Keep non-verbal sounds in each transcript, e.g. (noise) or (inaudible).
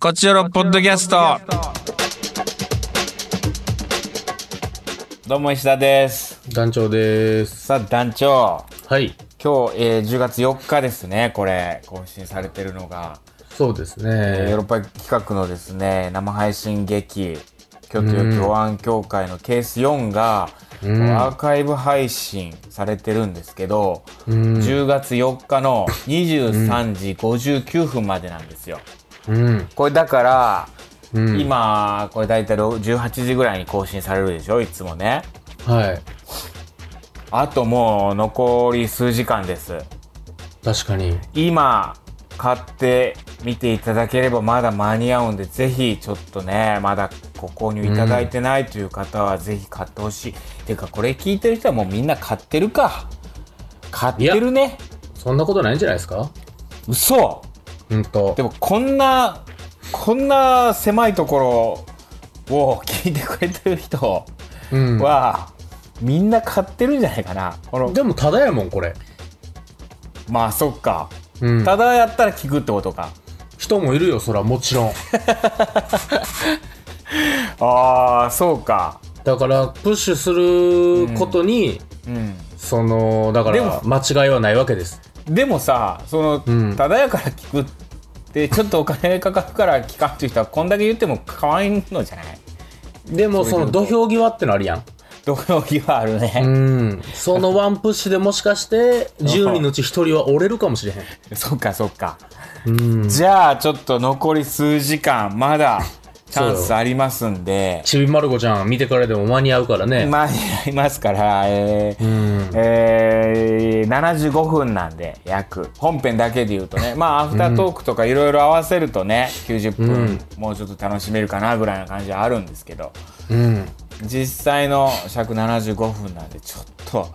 こちらのポッドキャスト。どうも石田です。団長です。さあ団長、はい。今日、えー10月4日ですね、これ、更新されてるのが、そうですえーヨーねロ。ッパ企画のですね、生配信劇、京都うん共安協会のケース4が、うんアーカイブ配信されてるんですけど、うん。 10月4日 (laughs) の23時59分までなんですよ。うん。これだから、うん。。今これ大体ろ18時ぐらいに更新されるでしょいつもねはい。あともう残り数時間です確かに。今買って見ていただければまだ間に合うんでぜひちょっとねまだご購入いただいてないという方はぜひ買ってほしい、ていうかこれ聞いてる人はもうみんな買ってるか買ってるねそんなことないんじゃないですか嘘うんとで。もこんなこんな狭いところを聞いてくれてる人うん。は、みんな買ってるんじゃないかなこのでも、ただやもん、これ。まあそっか、うん。ただやったら聞くってことか人もいるよ、そら、も (laughs) ちろん。ああそうかだから、プッシュすることに、うんその、だかでもら、間違いはないわけです。でもさその、うんただやから聞くってちょっとお金かかるから聞かんっていう人はこんだけ言っても変わんのじゃないでも、その、土俵際ってのあるやん。どこの際あるうね、ん。そのワンプッシュでもしかして、10人のうち1人は折れるかもしれへそっかそっか、ん。うん。じゃあちょっと残り数時間まだチャン (laughs) そうスよありますんでちびまる子ちゃん、見てからでも間に合うからね。間に合いますから、えーうん。えー、75分なんで約本編だけで言うとねまあアフタートークとかいろいろ合わせるとね、90分もうちょっと楽しめるかなぐらいな感じはあるんですけどうん。実際の尺75分なんでちょっと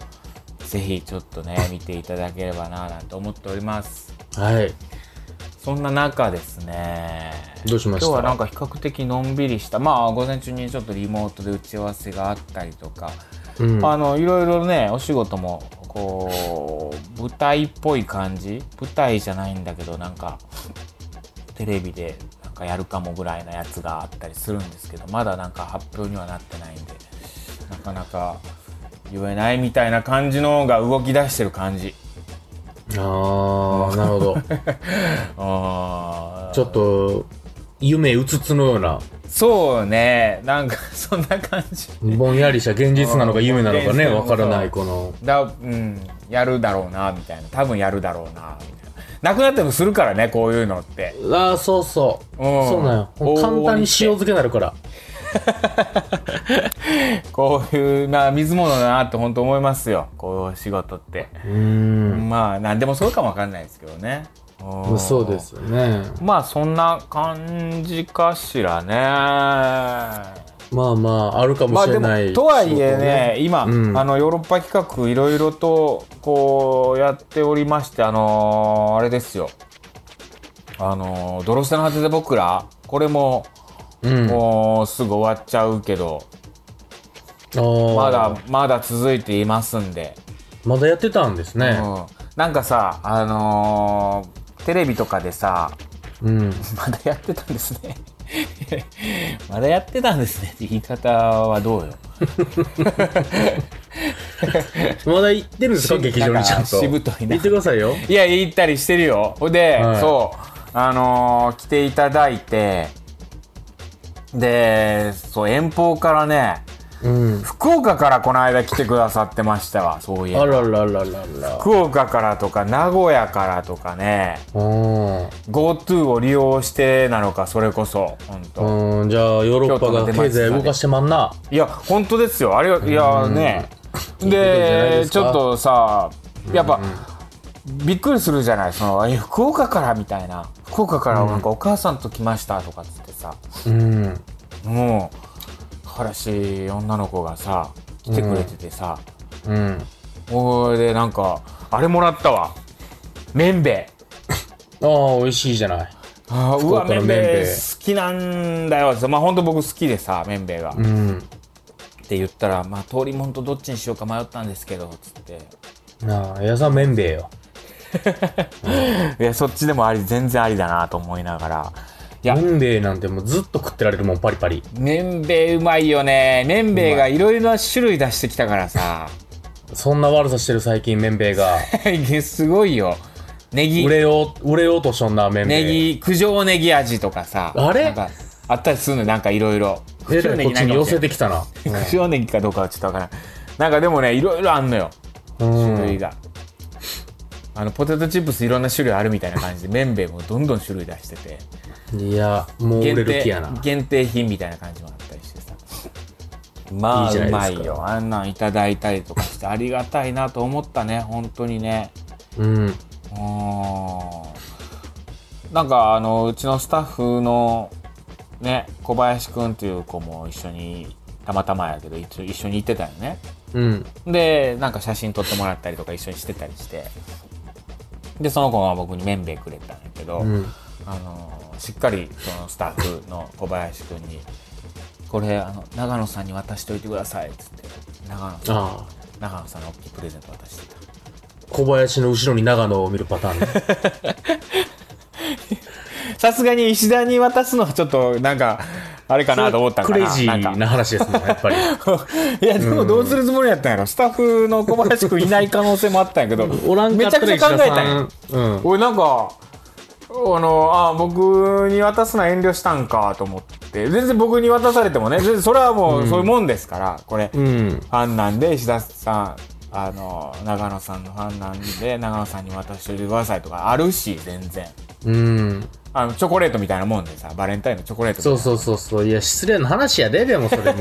ぜひちょっとね見ていただければななんて思っておりますはい。そんな中ですねどうしました今日はなんか比較的のんびりしたまあ午前中にちょっとリモートで打ち合わせがあったりとかうん。あのいろいろねお仕事もこう舞台っぽい感じ舞台じゃないんだけどなんかテレビでなんかやるかもぐらいなやつがあったりするんですけどまだなんか発表にはなってないんでなかなか言えないみたいな感じのが動き出してる感じ (laughs) ああ、なるほど。あーちょっと、夢うつつのような、そうねなんかそんな感じぼんやりした現実なのか夢なのかね、あーわからない、この。だうんやるだろうなみたいな多分やるだろうなみたいななくなってもするからねこういうのってああ、そうそう。うんそうなんよ。簡単に塩漬けになるから。こういうな水物だなって本当思いますよこういう仕事って、うーん。まあ何でもそうかもわかんないですけどねうんそうですよね。まあそんな感じかしらねまあまあ、あるかまもあしでれもない。とはいえね今、うんあのヨーロッパ企画いろいろとこうやっておりましてあのーあれですよあのー「泥下の果てで僕ら」これも、仕事ね、うん。もうすぐ終わっちゃうけどままだ。まだ続いていますんで、まだやってたんですね。うん、なんかさあのーテレビとかでさ (laughs) うん。まだやってたんですね (laughs) まだやってたんですねって言い方はどうよまだ行ってるんですか、し劇場にちゃなんんと。かしぶといな行ってくださいよ。いや、行ったりしてるよ。ほんで、はいそう、あのー来ていただいて、で、そう、遠方からね、うん。福岡からこの間来てくださってましたわ、そういえあば。らららららら。福岡からとか、名古屋からとかね、うん。 GoTo を利用してなのか、それこそ、本当、うん、じゃあヨーロッパが経済動かしてまんな。いや、本当ですよ。あれいや、ね。いことじゃなでいで、すちかょっとさ、やっぱ、びっくりするじゃない。その、え福岡からみたいな。福岡からなんかお母さんと来ましたとかっつってさ、うん。もう、晴らしい女の子がさ、来てくれててさ、うん。おいで、なんか、あれもらったわ。めんべい。ああ、美味しいじゃない。あーう福わ、岡めのんめんべいべい好きなんだよ。まあ、本当僕好きでさ、めんべいが。うん。って言ったら、まあ、通りもんとどっちにしようか迷ったんですけど、つって。なあ、矢沢めんべいよ。いやそっちでもあり全然ありだなと思いながらやもんべいなんてもうずっと食ってられるもんパリパリ麺べいうまいよね麺べいがいろいろな種類出してきたからさそんな悪さしてる最近めんべいがすご (laughs) いよネギ売れよう売れようとしょんなめんべネいギ九条ネギ味とかさあれなんかあったりするのよなんかいろいろえらいこっちに寄せて (laughs) きたな、九条ネギかどうかはちょっとわからんなんかでもねいろいろあんのようん種類が、あのポテトチップスいろんな種類あるみたいな感じで麺べいもどんどん種類出してていやもう売限れる気定やな限定品みたいな感じもあったりしてさまあいいじゃうなまいですかいよあんなんいただいたりとかしてありがたいなと思ったね本当にねうんうーんなんかあのうちのスタッフのね小林くんっていう子も一緒にたまたまやけど一緒一緒に行ってたよねうんでなんか写真撮ってもらったりとか一緒にしてたりしてでその子が僕に麺べいくれたんやけど、うんあのしっかりそのスタッフの小林くんに「これあの長野さんに渡しておいてください」っつって長野さんああ長野さんの大きいプレゼント渡してた小林の後ろに長野を見るパターンねさすがに石田に渡すのはちょっとなんかあれかなと思ったんクかレイなジなんーかな話ですねやっぱり (laughs) いやでもどうするつもりやったんやろスタッフの小林君いない可能性もあったんやけどおらんかめっちゃたくらちゃ石考田えたんさやんうん俺なんかあのあ僕に渡すのは遠慮したんかと思って全然僕に渡されてもね全然それはもうそういうもんですから、これ、うんファンなんで石田さんあの長野さんのファンなんで長野さんに渡しておいてくださいとかあるし全然うんあのチョコレートみたいなもんでさバレンタインのチョコレートみたいそなうそうそうそういや失礼な話やででもそ (laughs) れも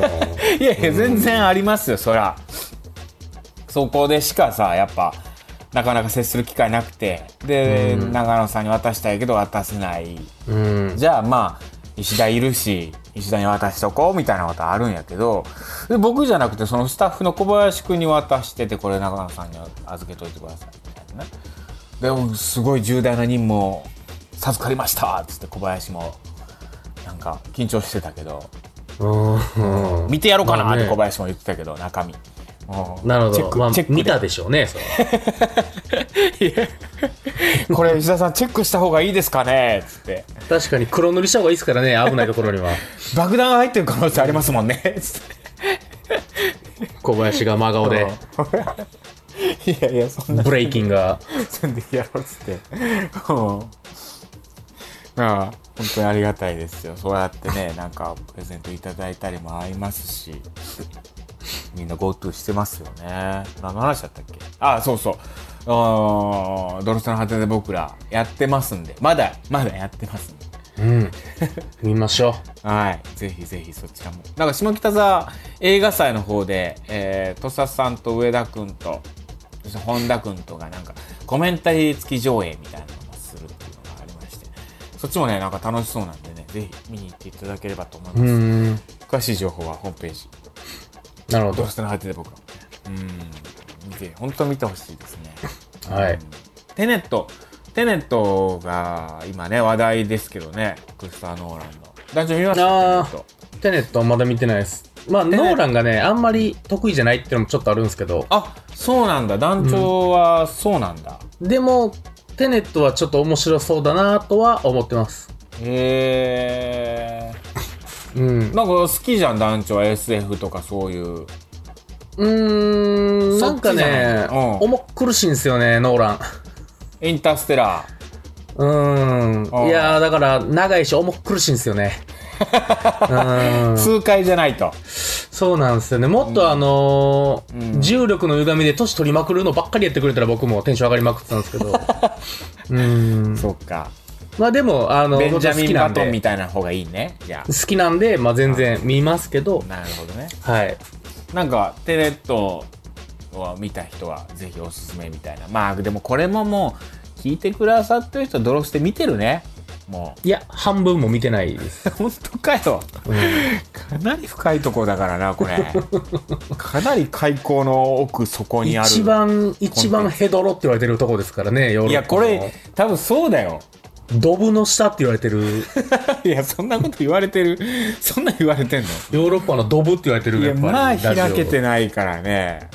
いやいや全然ありますよそらそこでしかさやっぱなかなか接する機会なくてで、長野さんに渡したいけど渡せないうんじゃあまあ石田いるし石田に渡しとこうみたいなことあるんやけどで僕じゃなくてそのスタッフの小林君に渡しててこれ長野さんに預けといてくださいみたいなねでもすごい重大な任務を授かりましたっつって小林もなんか緊張してたけどうんうん見てやろうかまなあっねて小林も言ってたけど、中身。うんなるほチェッど、ク、まあチェッ、クで見たでしょうねそれは (laughs) これ石田さんチェックした方がいいですかねっつって確かに黒塗りした方がいいですからね危ないところには爆弾が入ってる可能性ありますもんねつって小林が真顔で (laughs) いやいやそんなブレイキンがそんでやろうっつってうんなあ本当にありがたいですよそうやってねなんかプレゼントいただいたりもありますしみんな GoTo してますよね何の話だったっけあそうそうあードロスタの果てで僕らやってますんでまだまだやってますんでうん見ましょはい、ぜひぜひそちらも。なんか下北沢映画祭の方で、えー、土佐さんと上田くんと、そして本田くんとがなんかコメンタリー付き上映みたいなのをするっていうのがありまして、そっちもね、なんか楽しそうなんでね、ぜひ見に行っていただければと思いうまうす。ん詳しい情報はホームページ、なるほどうどしての果てで僕は。うん、見て、本当見てほしいですね。はいテネット、テネットが今ね、話題ですけどね、クリスター・ノーランの。男女見ましたあーテネットテネットはまだ見てないですまあノーランがねあんまり得意じゃないっていうのもちょっとあるんですけどあそうなんだ団長はそうなんだ、でもテネットはちょっと面白そうだなとは思ってますへえうんなんか好きじゃん団長は SF とかそういううーんそなっんちじゃかないね、うん重苦しいんですよねノーランインターステラうーうんんいやーだから長いし重苦しいんですよ (laughs) ねうーーん痛快じゃないとそうなんですよねもっとあのーうん重力の歪みで年取りまくるのばっかりやってくれたら僕もテンション上がりまくってたんですけ (laughs) どうーんそっかまあでもあのベンジャ僕好ミきン・なバんトンでみたいな方がいいねじゃ好きなんで、まあ、全然見ますけどあなるほどねはいなんかテレットを見た人はぜひおすすめみたいなまあでもこれももう聞いてくださってる人はドロスで見てるねもいや半分も見てないです (laughs) う本当かよかなり深いとこだからなこれかなり開口の奥底にある一番一番ヘドロって言われてるとこですからねヨーロいやッパこのれ多分そうだよ (laughs) ドブの下って言われてるいやそんなこと言われてるそんな言われてんのヨーロッパのドブって言われてるいやまあラジオ開けてないからね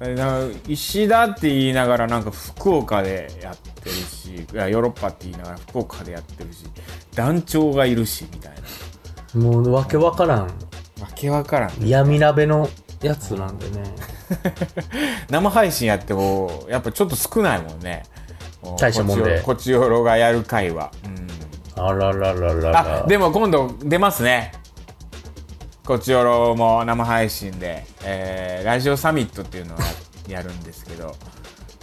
えなんか石田って言いながらなんか福岡でやってるしいやヨーロッパって言いながら福岡でやってるし団長がいるしみたいもう、わけわからん。なわけわからん闇鍋のやつなんでね。 (laughs) 生配信やってもやっぱちょっと少ないもんね大したもんでこっちよろがやる会は、うん、あららららら。あでも今度出ますねこちよろも生配信で、えーラジオサミットっていうのをややるんですけど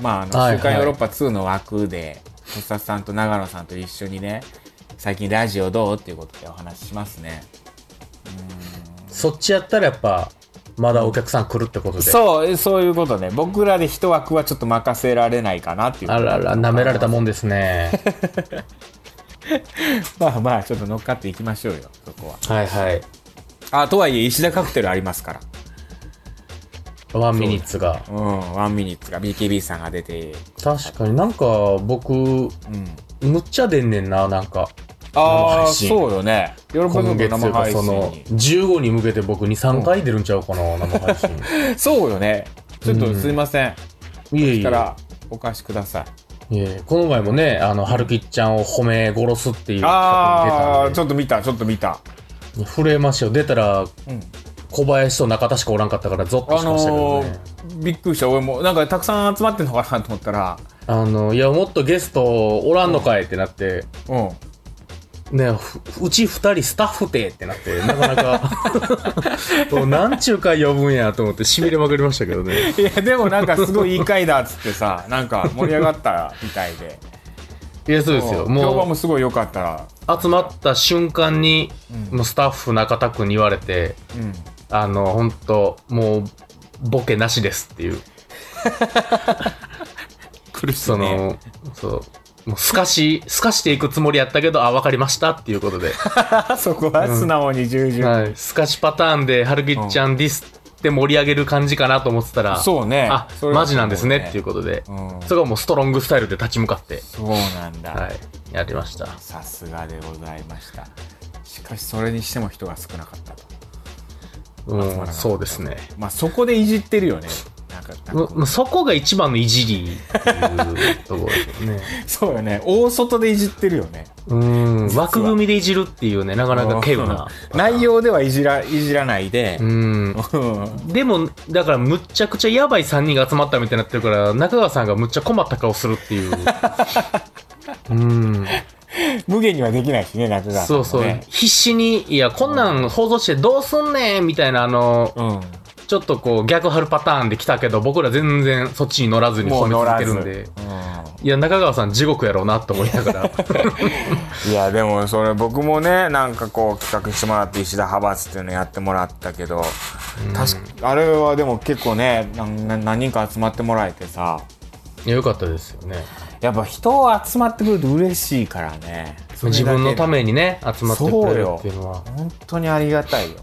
まああのは「い週刊はいヨーロッパ2」の枠で小札さんと長野さんと一緒にね最近ラジオどうっていうことでお話ししますねそっちやったらやっぱ、まだお客さん来るってことで。そうそういうことね僕らで一枠はちょっと任せられないかなっていうあらら、舐められたもんです (laughs) ね。まあまあちょっと乗っかっていきましょうよそこははいはい。あとはいえ石田カクテルありますからワンミニッツが。うんワンミニッツが BKB さんが出て確かになんか僕、うんむっちゃ出んねんな、なんか。あ生あ配信そうよね喜ぶ今月とい生うか配そ信の、に15に向けて僕2、3回出るんちゃうかな、生配信。 (laughs) そうよねちょっとすいません、いえいかえ。らお貸しくださいいえいえこの前もね、あの、春吉ちゃんを褒め殺すっていうあ企画あにちょっと見たちょっと見た、出たんで、震えましたよ。出たら、うん、小林と中田しかおらんかったから、ゾッとあしましたけどのね。ーびっくりした俺もなんかたくさん集まってんのかなと思ったらあの、いや、もっとゲストおらんのかいってなって、うんね、ふうち二人スタッフてってなって、なかな (laughs) か、もう何ちゅう回呼ぶんやと思って、しびれまくりましたけどね。いやでもなんかすごいいい回だっつって (laughs) さなんか盛り上がったみたいでいや、そうですよ。ん評判ももすごい良かったらう、集まった瞬間に、もうスタッフ中田くんに言われて、うんあの、ほんと、もう、ボケなしですっていう、苦しその、そう、もう、すかし、すかしていくつもりやったけど、あ、わかりましたっていうこ (laughs) とで、あそこは素直に従順、はい、すかしパターンで、はるきちゃんディスって盛り上げる感じかなと思ってたら、そうねあ、それはマジなんですねっていうことで、うんそれがもうストロングスタイルで立ち向かって、そうなんだ、はい、やりました。さすがでございましたしかしそれにしても人が少なかったとうん、そうですね。まあそこでいじってるよねなんかなんもかもうそこが一番のいじりっていうところです (laughs) よね。そうよね大外でいじってるよねうん、枠組みでいじるっていうね、なかなか稀有な。うん内容ではいじらいじらないでう、ん。うんでも、だから、むっちゃくちゃやばい3人が集まったみたいになってるから、中川さんがむっちゃ困った顔するっていう。うん。無限にはできないしね中川さんそもうそうね。必死に、いや、こんなん放送してどうすんねんみたいな、あの、ちょっとこう、逆張るパターンで来たけど、僕ら全然そっちに乗らずうんにもう攻め乗続らけず、るんで。いや、中川さん地獄やろうなと思いながら。うんいやでもそれ僕もねなんかこう企画してもらって石田派閥っていうのやってもらったけど、確かあれはでも結構ねなんな何人か集まってもらえてさいや、よかったですよね。やっぱ人集まってくると嬉しいからね自分のためめにね、集まってくれるっていうのは。本当にありがたいよ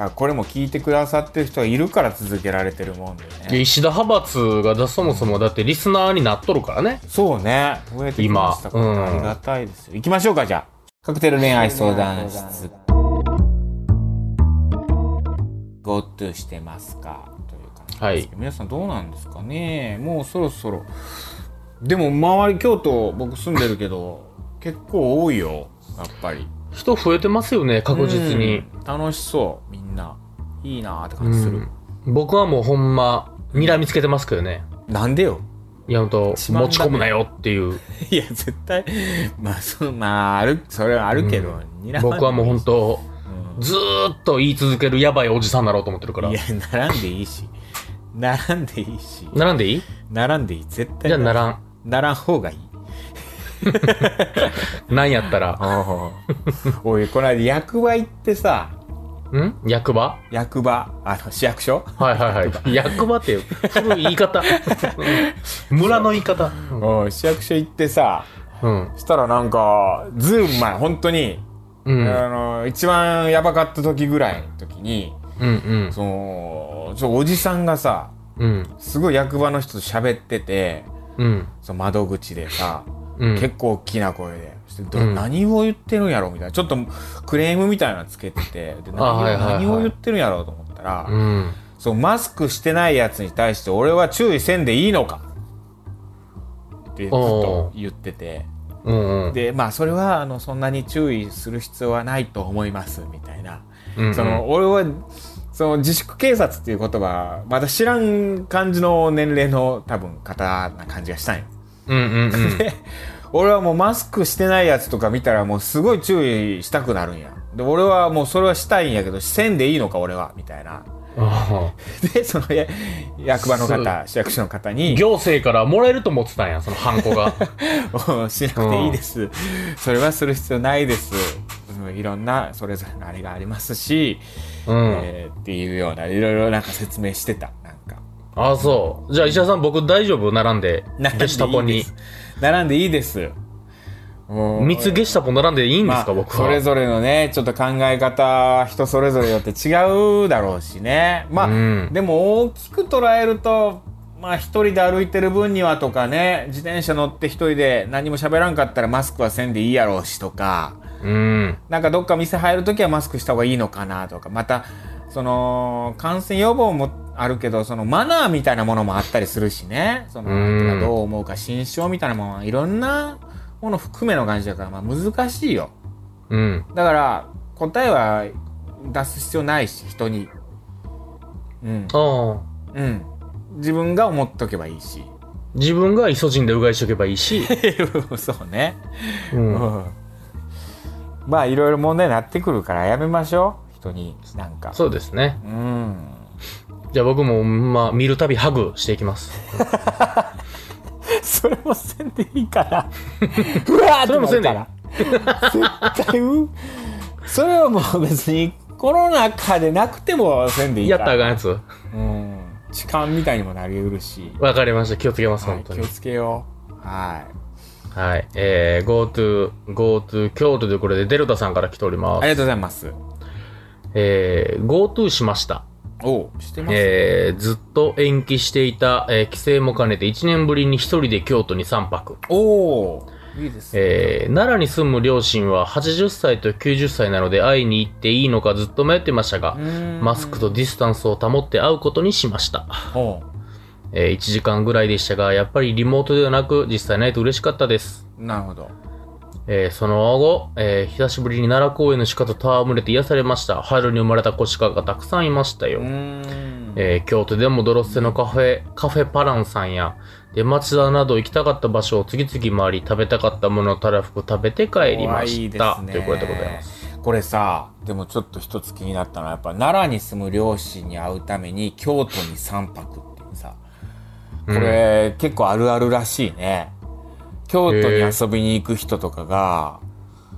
あこれも聞いてくださってる人がいるから続けられてるもんでいやね石田派閥がだそもそもだってリスナーになっとるからね。そうね増えてきましたから、今うんありがたいですよ行きましょうかじゃあカクテル恋愛相談室 GoTo してますかという感じですはい皆さんどうなんですかねもうそろそろでも周り京都僕住んでるけど結構多いよやっぱり人増えてますよね、確実に。うん楽しそうみんないいなーってう感じする、ん、僕はもうほんま、睨みつけてますけどね。なんでよいや、ほんと、一番だ持ねち込むなよっていう。いや絶対まあそ,、まあ、あるそれはあるけど、睨まんでいい僕はもうほんと、うずーっと言い続けるやばいおじさんになろうと思ってるからい。や並んでいいし並んでいいし並んでいい並んでいい絶対じゃあ並並ん。並ん方がいいなんやったら。 (laughs) おいこの間役場行ってさん役場役場あの市役所はいはい (laughs) はい。役場って古い言い方。村の言い方。うん市役所行ってさうん。したらなんかズーム前本当にうん。うんあの一番やばかった時ぐらいの時にうん。そのちょおじさんがさうん。すごい役場の人と喋っててうん。その窓口でさ、うん。結構大きな声でそしてどうん何を言ってるんやろみたいなちょっとクレームみたいなのつけててで何をはいはいはい何を言ってるんやろうと思ったら、うん。そうマスクしてないやつに対して俺は注意せんでいいのかってずっと言っててうんうん。でまあそれはあのそんなに注意する必要はないと思いますみたいな、うんうんその俺はその自粛警察っていう言葉まだ知らん感じの年齢の多分方な感じがしたんようんうんうん。俺はもうマスクしてないやつとか見たらもうすごい注意したくなるんやで俺はもうそれはしたいんやけどせんでいいのか俺はみたいな (laughs) あでそのや役場のそ方市役所の方あに (laughs) 行政からもらえると思ってたんや、そのハンコ (laughs) が。 「しなくていいですそれはする必要ないです」うんいろんなそれぞれのあれがありますし、うん。えーっていうようないろいろなんか説明してたなんかああ、そう。じゃあ、石田さん、僕大丈夫並んで。並んでいいゲですシタポに。並んでいいですもう三つゲシタポ並んでいいんですか、まあ僕そは。れぞれのねちょっと考え方人それぞれよって違うだろうしねまあ、うんでも大きく捉えるとまあ一人で歩いてる分にはとかね自転車乗って一人で何も喋らんかったらマスクはせんでいいやろうしとかうん。なんかどっか店入る時はマスクした方がいいのかなとかまたその感染予防もあるけどそのマナーみたいなものもあったりするしねそのうん相手がどう思うか心象みたいなものはいろんなもの含めの感じだから、まあ、難しいよ。うん。だから答えは出す必要ないし人にうんああ。うん自分が思っとけばいいし自分がイソジンでうがいしとけばいいし。 (laughs) そうね、う。うんん、まあいろいろ問題になってくるからやめましょう人になんかそうですね。うんじゃあ僕も、まあ、見るたびハグしていきます。それもせんでいいから (laughs) うわーってなるから絶対うそれはもう別にコロナ禍でなくてもせんでいいやかったらあらかんやつうん痴漢みたいにもなりうるしわかりました。気をつけます、はい、本当気にを。つけよう。ははい。えー、GoTo、GoTo 京都ということで、デルタさんから来ておりい。あまりがす。とうございます。えー、GoTo しました。おう、してます。えー、ずっと延期していた、えー帰省も兼ねて1年ぶりに一人で京都に3泊。おお、いいですね。えー、奈良に住む両親は80歳と90歳なので会いに行っていいのかずっと迷ってましたが、マスクとディスタンスを保って会うことにしました。おえー1時間ぐらいでしたが、やっぱりリモートではなく、実際ないと嬉しかったです。うなるほど。えーその後、えー久しぶりに奈良公園の鹿と戯れて癒されました。春に生まれた子鹿がたくさんいましたよ。うーん。えー京都でもドロッセのカフェ、カフェパランさんや、出町田など行きたかった場所を次々回り、食べたかったものをたらふく食べて帰りましうわた。いいですねということでございます。これさ、でもちょっと一つ気になったのは、やっぱ奈良に住む両親に会うために京都に3泊っていうさ、これ、結構あるあるらしいね。京都に遊びに行く人とかが、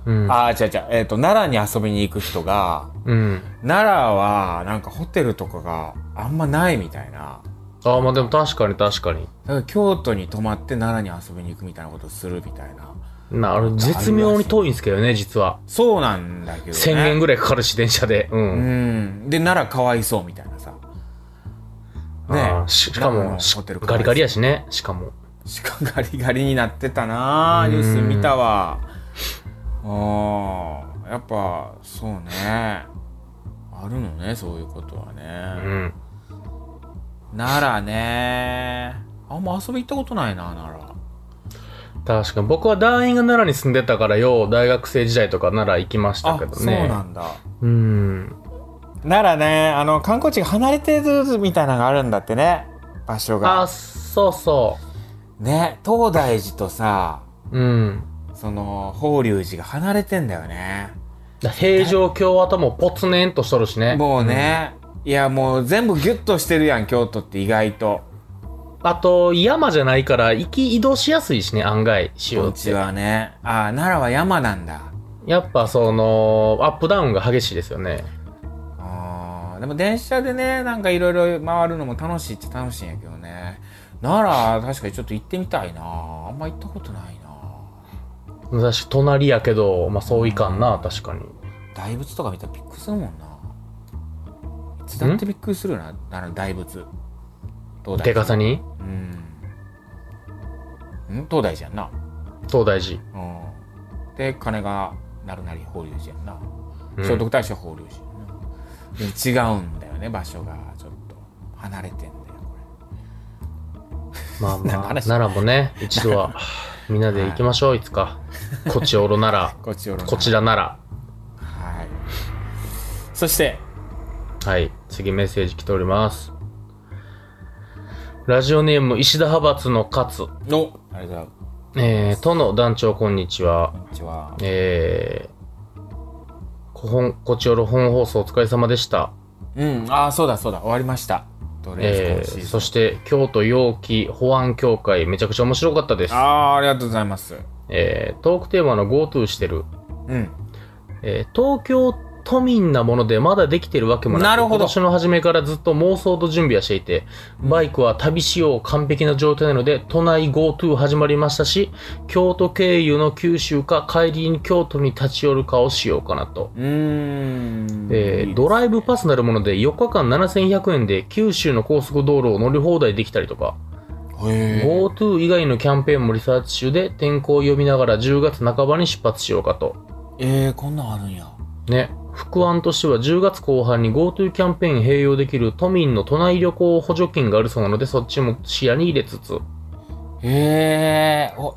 うん。ああ、違う違う、えっ、と、奈良に遊びに行く人が、うん。奈良はなんかホテルとかがあんまないみたいなああ、まあでも確かに確かに。だから京都に泊まって奈良に遊びに行くみたいなことするみたいななる絶妙に遠いんですけどね、実は。そうなんだけどね1000円ぐらいかかるし、電車で。うん。うんで奈良かわいそうみたいなさねあーししか奈良ものしホテルかわいそガリうガリやしねしかもしかガリガリになってたなあニュース見たわあーやっぱそうねあるのねそういうことはうね、ん奈良ねあんま遊び行ったことないな奈良確かに僕は団員が奈良に住んでたからよう大学生時代とか奈良行きましたあけどねそうなんだうんならねあの観光地が離れてるみたいなのがあるんだってね場所あがそうそね東大寺とさううんその法隆寺が離れてんだよねだ平城京はともポツネンとしとるしねもうね、いやもう全部ギュッとしてるやん京都って意外とあと山じゃないから行き移動しやすいしね案外しよううっちてはねああ奈良は山なんだやっぱそのアップダウンが激しいですよねあーでも電車でねなんかいろいろ回るのも楽しいっちゃ楽しいんやけどね奈良確かにちょっと行ってみたいなあんま行ったことないな確か隣やけどまあそういかんな確かに大仏とか見たらびっくりするもんないつだってびっくりするよなあの大仏東でか寺さにうんん東大寺やんな東大寺うんで金がなるなり法隆寺やんな、うん聖徳太子は法隆寺やんなでも違うんだよね場所がちょっと離れてんだよこまあまあ、話奈良もね、一 (laughs) 度は、みんなで行きましょう、いつか。こちおろ奈れこっちおろ良、なこちら奈はいそして良。はい、次メッセージ来ております。ラジオネーム、石田派閥の勝。のあれだこえー、との団長、こんにちは。んにちはえー、こほん、こちおろ本放送お疲れ様でした。うんああそうだそうだ終わりましたとりあえずえ今シーー、ズンそして、京都陽気保安協会、めちゃくちゃ面白かったですあ。あありがとうございますえー、トークテーマの GoTo してる。うんえー東京都民なものでまだできてるわけもなくなるほど今年の初めからずっと妄想と準備はしていてバイクは旅しよう完璧な状態なので都内 GoTo 始まりましたし京都経由の九州か帰りに京都に立ち寄るかをしようかなと。うーんえーいいですドライブパスなるもので4日間7100円で九州の高速道路を乗り放題できたりとか、へー GoTo 以外のキャンペーンもリサーチ中で天候を読みながら10月半ばに出発しようかとえー、こんなんあるんやね、副案としては10月後半に GoTo キャンペーン併用できる都民の都内旅行補助金があるそうなのでそっちも視野に入れつつへえおお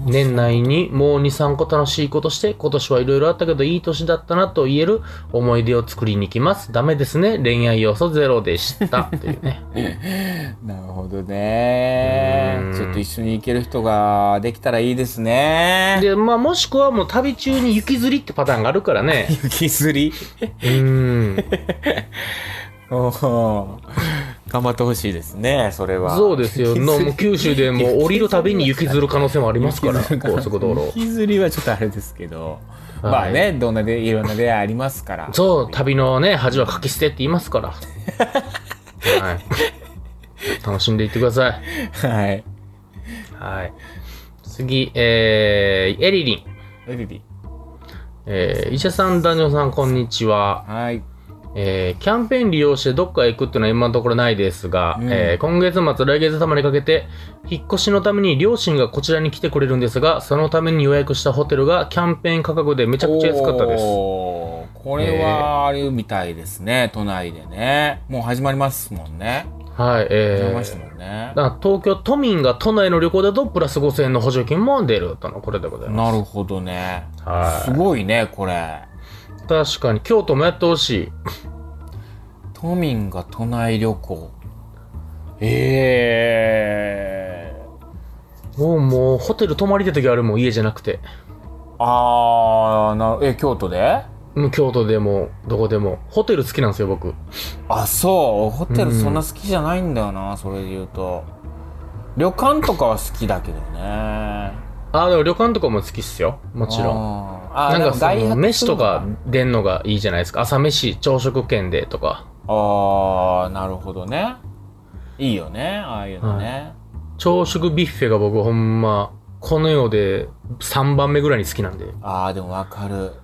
面白い年内にもう23個楽しいことして今年はいろいろあったけどいい年だったなと言える思い出を作りに行きますダメですね恋愛要素ゼロでしたっていうねなるほどねうんちょっと一緒に行ける人ができたらいいですねでまあもしくはもう旅中に雪吊りってパターンがあるからね (laughs) 雪釣りうーんおー頑張ってほしいですねそれは (laughs) そうですよのもう九州でもう降りるたびに雪吊る可能性もありますから雪吊る可能高速道路雪釣りはちょっとあれですけど、はいまあねどんなでいろんな出会いありますからそう、旅のね、恥はかき捨てって言いますから。はい。楽しんでいってください。はいはい。次、えー、エリリン。エビビえー、医者さん、男女さん、こんにちは。はいえー、キャンペーン利用してどっかへ行くっていうのは今のところないですが、うんえー今月末、来月頭にかけて、引っ越しのために両親がこちらに来てくれるんですが、そのために予約したホテルがキャンペーン価格でめちゃくちゃ安かったです。おーこれはあるみたいですね都内でねもう始まりますもんねはい、始まえりーましたもんね、だから東京都民が都内の旅行だとプラス5000円の補助金も出るとのこれでございまなるほどねはいすごいねこれす確かに京都もやってほしい都民が都内旅行ええもうもうホテル泊まりた時あるもん家じゃなくてあーなえ京都でもう京都でもどこでもホテル好きなんですよ僕あそうホテルそんな好きじゃないんだよな、それで言うと旅館とかは好きだけどねああでも旅館とかも好きっすよもちろんんあなんかそ外泊するの飯とのか出んのがいいじゃないですか朝飯朝食券でとかああなるほどねいいよねああいうのね、朝食ビュッフェが僕ほんまこの世で3番目ぐらいに好きなんでああでもわかる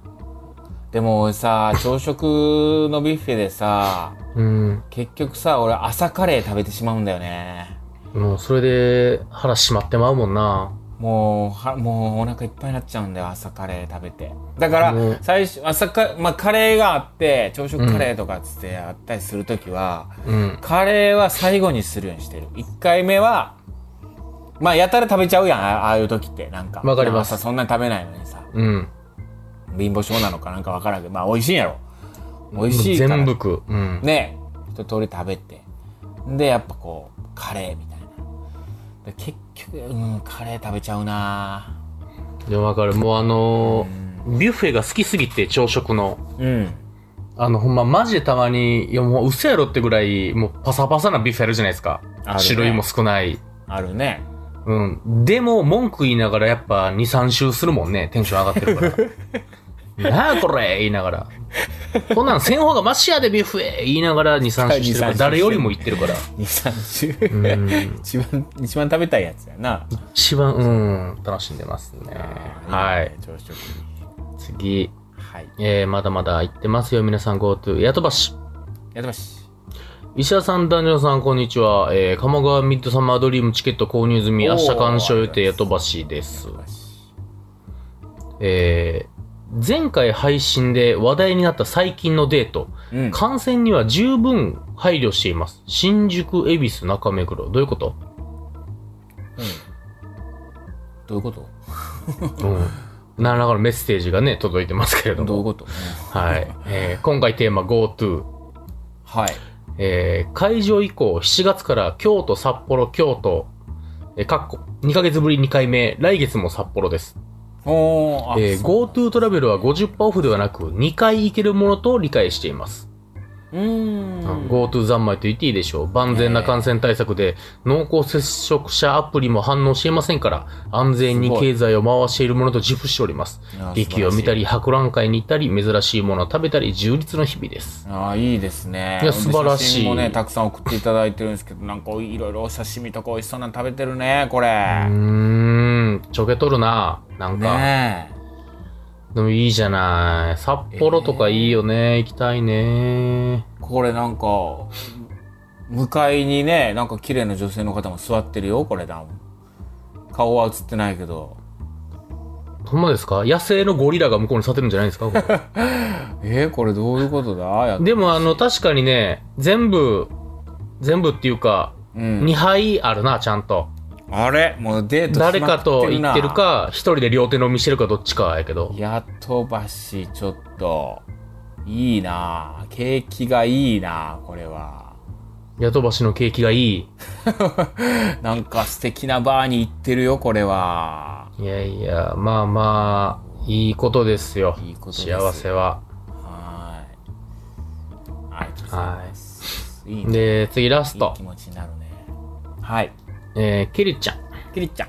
でも俺さ朝食のビュッフェでさうん結局さ俺朝カレー食べてしまうんだよねもうそれで腹閉まってまうもんなもうはもうお腹いっぱいになっちゃうんだよ朝カレー食べてだからもう最初朝か、まあ、カレーがあって朝食カレーとかっつってあったりする時は、うんカレーは最後にするようにしてる1回目はまあやたら食べちゃうやんあああいう時ってなんかわかります朝そんなに食べないのにさうん貧乏症なのかなんかわからんけどまあ美味しいんやろ美味しいから全部食う。うん。ね一通り食べてでやっぱこうカレーみたいなで結局、うん、カレー食べちゃうなでもわかる。もうあのービュッフェが好きすぎて、朝食の。うんあの、ほんま、マジでたまに、いや、もう、嘘やろってぐらい、もう、パサパサなビュッフェあるじゃないですか。あるね種類も少ない。あるねうん。でも、文句言いながら、やっぱ、2、3周するもんね。テンション上がってる (laughs) から。なあ、これ言いながら。こんなんせん方がマシやで、ビュッフェ言いながら、2、3周してるから、 2-3誰よりも言ってるから。 23う種ん。一番一番食べたいやつやな一番、うん、楽しんでますね。はい。朝食次。はいえー、まだまだ行ってますよ、皆さん GoTo。やとばし。やってまし石田さん、男女さん、こんにちは。えー、鴨川ミッドサマードリームチケット購入済み、おー明日鑑賞予定、やとばしです。やってましえー、前回配信で話題になった最近のデート、うん。感染には十分配慮しています。新宿、恵比寿、中目黒。どういうことどういうことうん。何らかのメッセージがね、届いてますけれどどういも。うことはい。えー今回テーマ GoTo。はい。えー会場以降、7月から京都、札幌、京都、えー、かっこ、2ヶ月ぶり2回目、来月も札幌です。おー、あ、えーそう GoTo トラベルは50%オフではなく、2回行けるものと理解しています。うーん。 GoTo 三昧と言っていいでしょう。万全な感染対策で、濃厚接触者アプリも反応していませんから、安全に経済を回しているものと自負しておりますすごいいや。劇を見たり、博覧会に行ったり、珍しいものを食べたり、充実の日々です。ああ、いいですね。いや素晴らしい写真もね、たくさん送っていただいてるんですけど、なんかいろいろお刺身とか美味しそうなの食べてるね、こうれ。ーん、ちょけとるななんか。ねでもいいじゃない。札幌とかいいよね。行きたいえ。。ねこれなんか、向かいにね、なんか綺麗な女性の方も座ってるよ、これだ。顔は映ってないけど。ほんまですか野生のゴリラが向こうに座ってるんじゃないですかここえー、これどういうことだやっでもあの、確かにね、全部、全部っていうか、うん。 2杯あるな、ちゃんと。あれもうデートしまく誰かと行ってるな。か、一人で両手飲みしてるかどっちかやけど。やっとばし、ちょっと。いいな景気がいいなこれは。 (laughs) ヤトバシの景気がいい。なんか素敵なバーに行ってるよ、これは。いやいや、まあまあ、いいことですよ。いいことです幸せは。はーい。ありがとうございます。いいね。で、次ラいスいト気。持ちになるね。はい。えー、ケリちゃん。キリちゃん。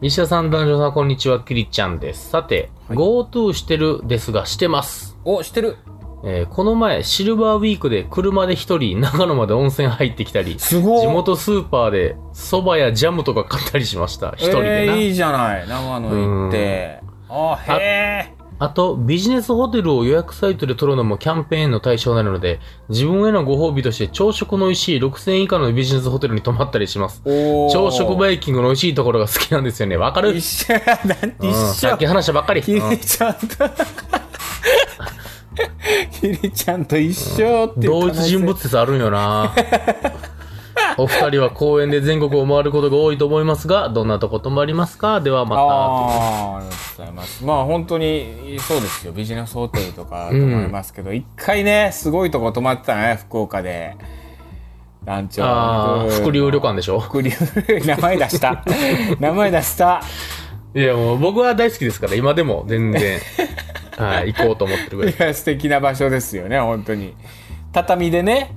西田さん、男女さん、こんにちは。キリちゃんです。さて、GoTo してるですが、してます。お、してる。えーこの前、シルバーウィークで車で一人、長野まで温泉入ってきたり、地すごい。元スーパーで蕎麦やジャムとか買ったりしました。一人でえな。ーいいじゃない。長野行って。あ、へえ。あと、ビジネスホテルを予約サイトで取るのもキャンペーンの対象なので、自分へのご褒美として朝食の美味しい6000円以下のビジネスホテルに泊まったりします。おー朝食バイキングの美味しいところが好きなんですよね。わかる一緒や。 (laughs) なんてうん一さっ緒き。話したばっかり。キうんリちゃんと。キリちゃんと一緒っていう可同能性一人物説あるん (laughs) よなお二人は公演で全国を回ることが多いと思いますがどんなとこ泊まりますかではまああーありがとうございますまあ本当にそうですよビジネスホテルとかと思いますけど一、回ねすごいとこ泊まってたね福岡で団長たあー伏流旅館でしょ福流名前出した名前出したいやもう僕は大好きですから今でも全 (laughs) 然はい行こうと思ってるぐらいいや素敵な場所ですよね本当に畳でね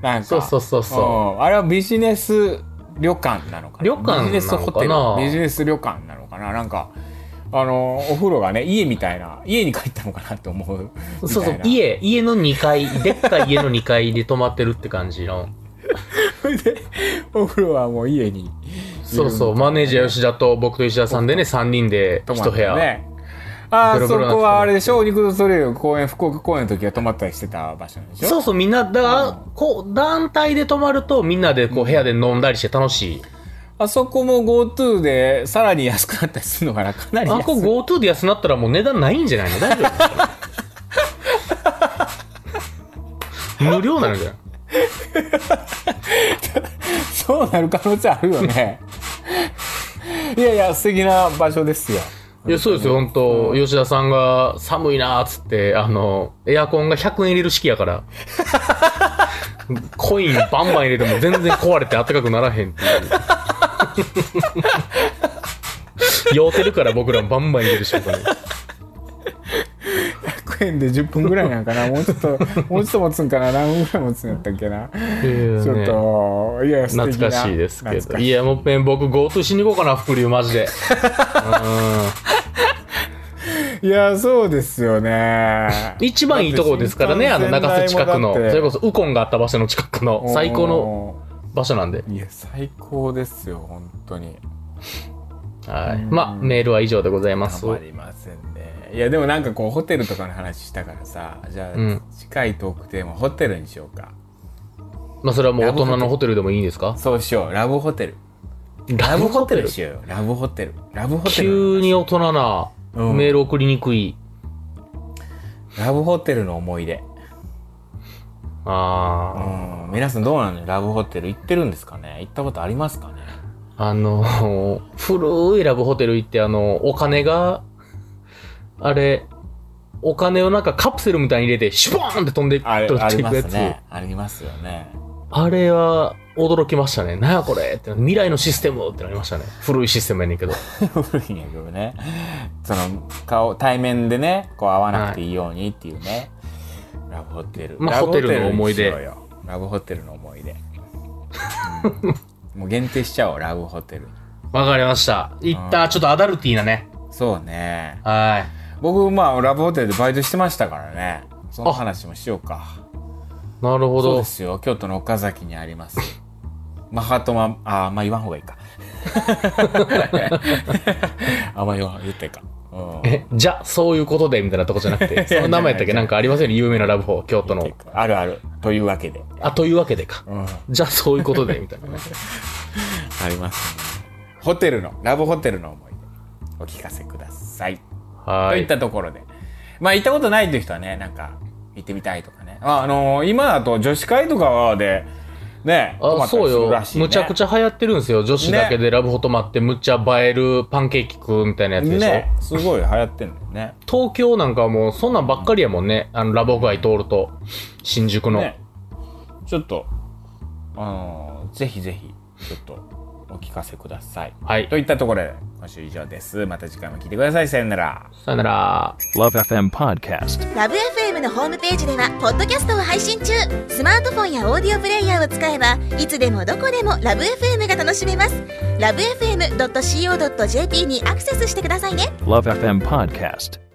なんかそうそうそうそんあれはビジネス旅館なのかな旅館なビのかなジネスホテルビジネス旅館なのかななんかあのお風呂がね家みたいな家に帰ったのかなと思うそうそみうたいな家家の2階でっかい家の2階で泊まってるって感じのそれ (laughs) でお風呂はもう家にそうそうマネージャー吉田と僕と吉田さんでね3人で泊ま1っ部て屋、ねああベロそベロなこはあれでしょお肉とそれよ公園福岡公園の時は泊まったりしてた場所なんでしょそうそうみんなだから、こう団体で泊まるとみんなでこう部屋で飲んだりして楽しいあそこも GoTo でさらに安くなったりするのかなかなり安あいこ GoTo で安なったらもう値段ないんじゃないの大 (laughs) 丈夫無料なのじゃんそうなる可能性あるよねいやいや素敵な場所ですよいやそうですよ本当、吉田さんが寒いなーっつってあのエアコンが100円入れる式やから (laughs) コインバンバン入れても全然壊れて暖かくならへんっていう酔うて (laughs) るから僕らバンバン入れるしこれ100円で10分ぐらいなんかなもうちょっともうちょっと持つんかな何分ぐらい持つんやったっけな、ちょっといや素敵な懐かしいですけ懐どかしいいやもっぺん僕 GoTo しに行こうかな福流マ (laughs) ジでうんいやそうですよね一番いいところですからね、だあっての中洲近くの、新幹線代もだそってれこそウコンがあった場所の近くの最高の場所なんで。いや最高ですよ本当にはい。まあ、メールは以上でございまたす。まりませんねいやでもなんかこうホテルとかの話したからさじゃあ、うん近いトークテーマホテルにしようかまあ、それはもう大人のホテルでもいいですかそうしようラブホテルララブホテルにしようよラブホテルラブホテル急に大人な、うんメール送りにくい。ラブホテルの思い出。うあん。皆さんどうなのラブホテル行ってるんですかね行ったことありますかねあ、あの、古いラブホテル行って、あの、お金が、あれ、お金をなんかカプセルみたいに入れて、シュボーンって飛んで、あれ飛んあでりいくまやすつ。ね。ありますよね。あれは驚きましたね。なんやこれって未来のシステムってなりましたね。古いシステムやねんけど。古いんやけどね。その、顔、対面でね、こう会わなくていいようにっていうね。ラブホテル。まあラブホテルの思いに出しようよ。ラブホテルの思い出。うんもう限定しちゃおう、ラブホテル。わかりました。いった、ちょっとアダルティーなね。そうね。は僕、まあ、ラブホテルでバイトしてましたからね。その話もしようか。い。なるほそうどで。すよ。京都の岡崎にあります。 (laughs) マハトマ、あー、まあ言わん方がいいか。 (laughs) あんま言わん、言っていいか。うん。え、じゃ、そういうことで、みたいなとこじゃな (laughs) くて、その名前だっけなんかありますよね、有名なラブホ、京都の。あるある。というわけで。あ、というわけでか。うん。じゃ、そういうことで、みたい (laughs) なね。あります、ね。ホテルの、ラブホテルの思い出。お聞かせください。はといいっ。たところで。まあ行ったことないという人はね、なんか、行ってみたいとかね。あ、あのー今だと女子会とかで、ね、泊まあ、ったそりうするよらし。い、ね。むちゃくちゃ流行ってるんですよ。女子だけでラブホ泊まって、むっちゃ映えるパンケーキ食うみたいなやつでしょ。ね、すごい流行ってんだよね。東京なんかはもう、そんなんばっかりやもんね。あの、ラブホ街通ると、新宿の。ね、ちょっと、あのーぜひぜひ、ちょっとお聞かせください。はいと。いったところで、今週以上です。また次回も聞いてください。さよなら。さよなら。 Love FM Podcast. ラブ f m のホームページではポッドキャストを配信中スマートフォンやオーディオプレイヤーを使えばいつでもどこでもラブ f m が楽しめますラブ FM.co.jp にアクセスしてくださいね Love FM Podcast.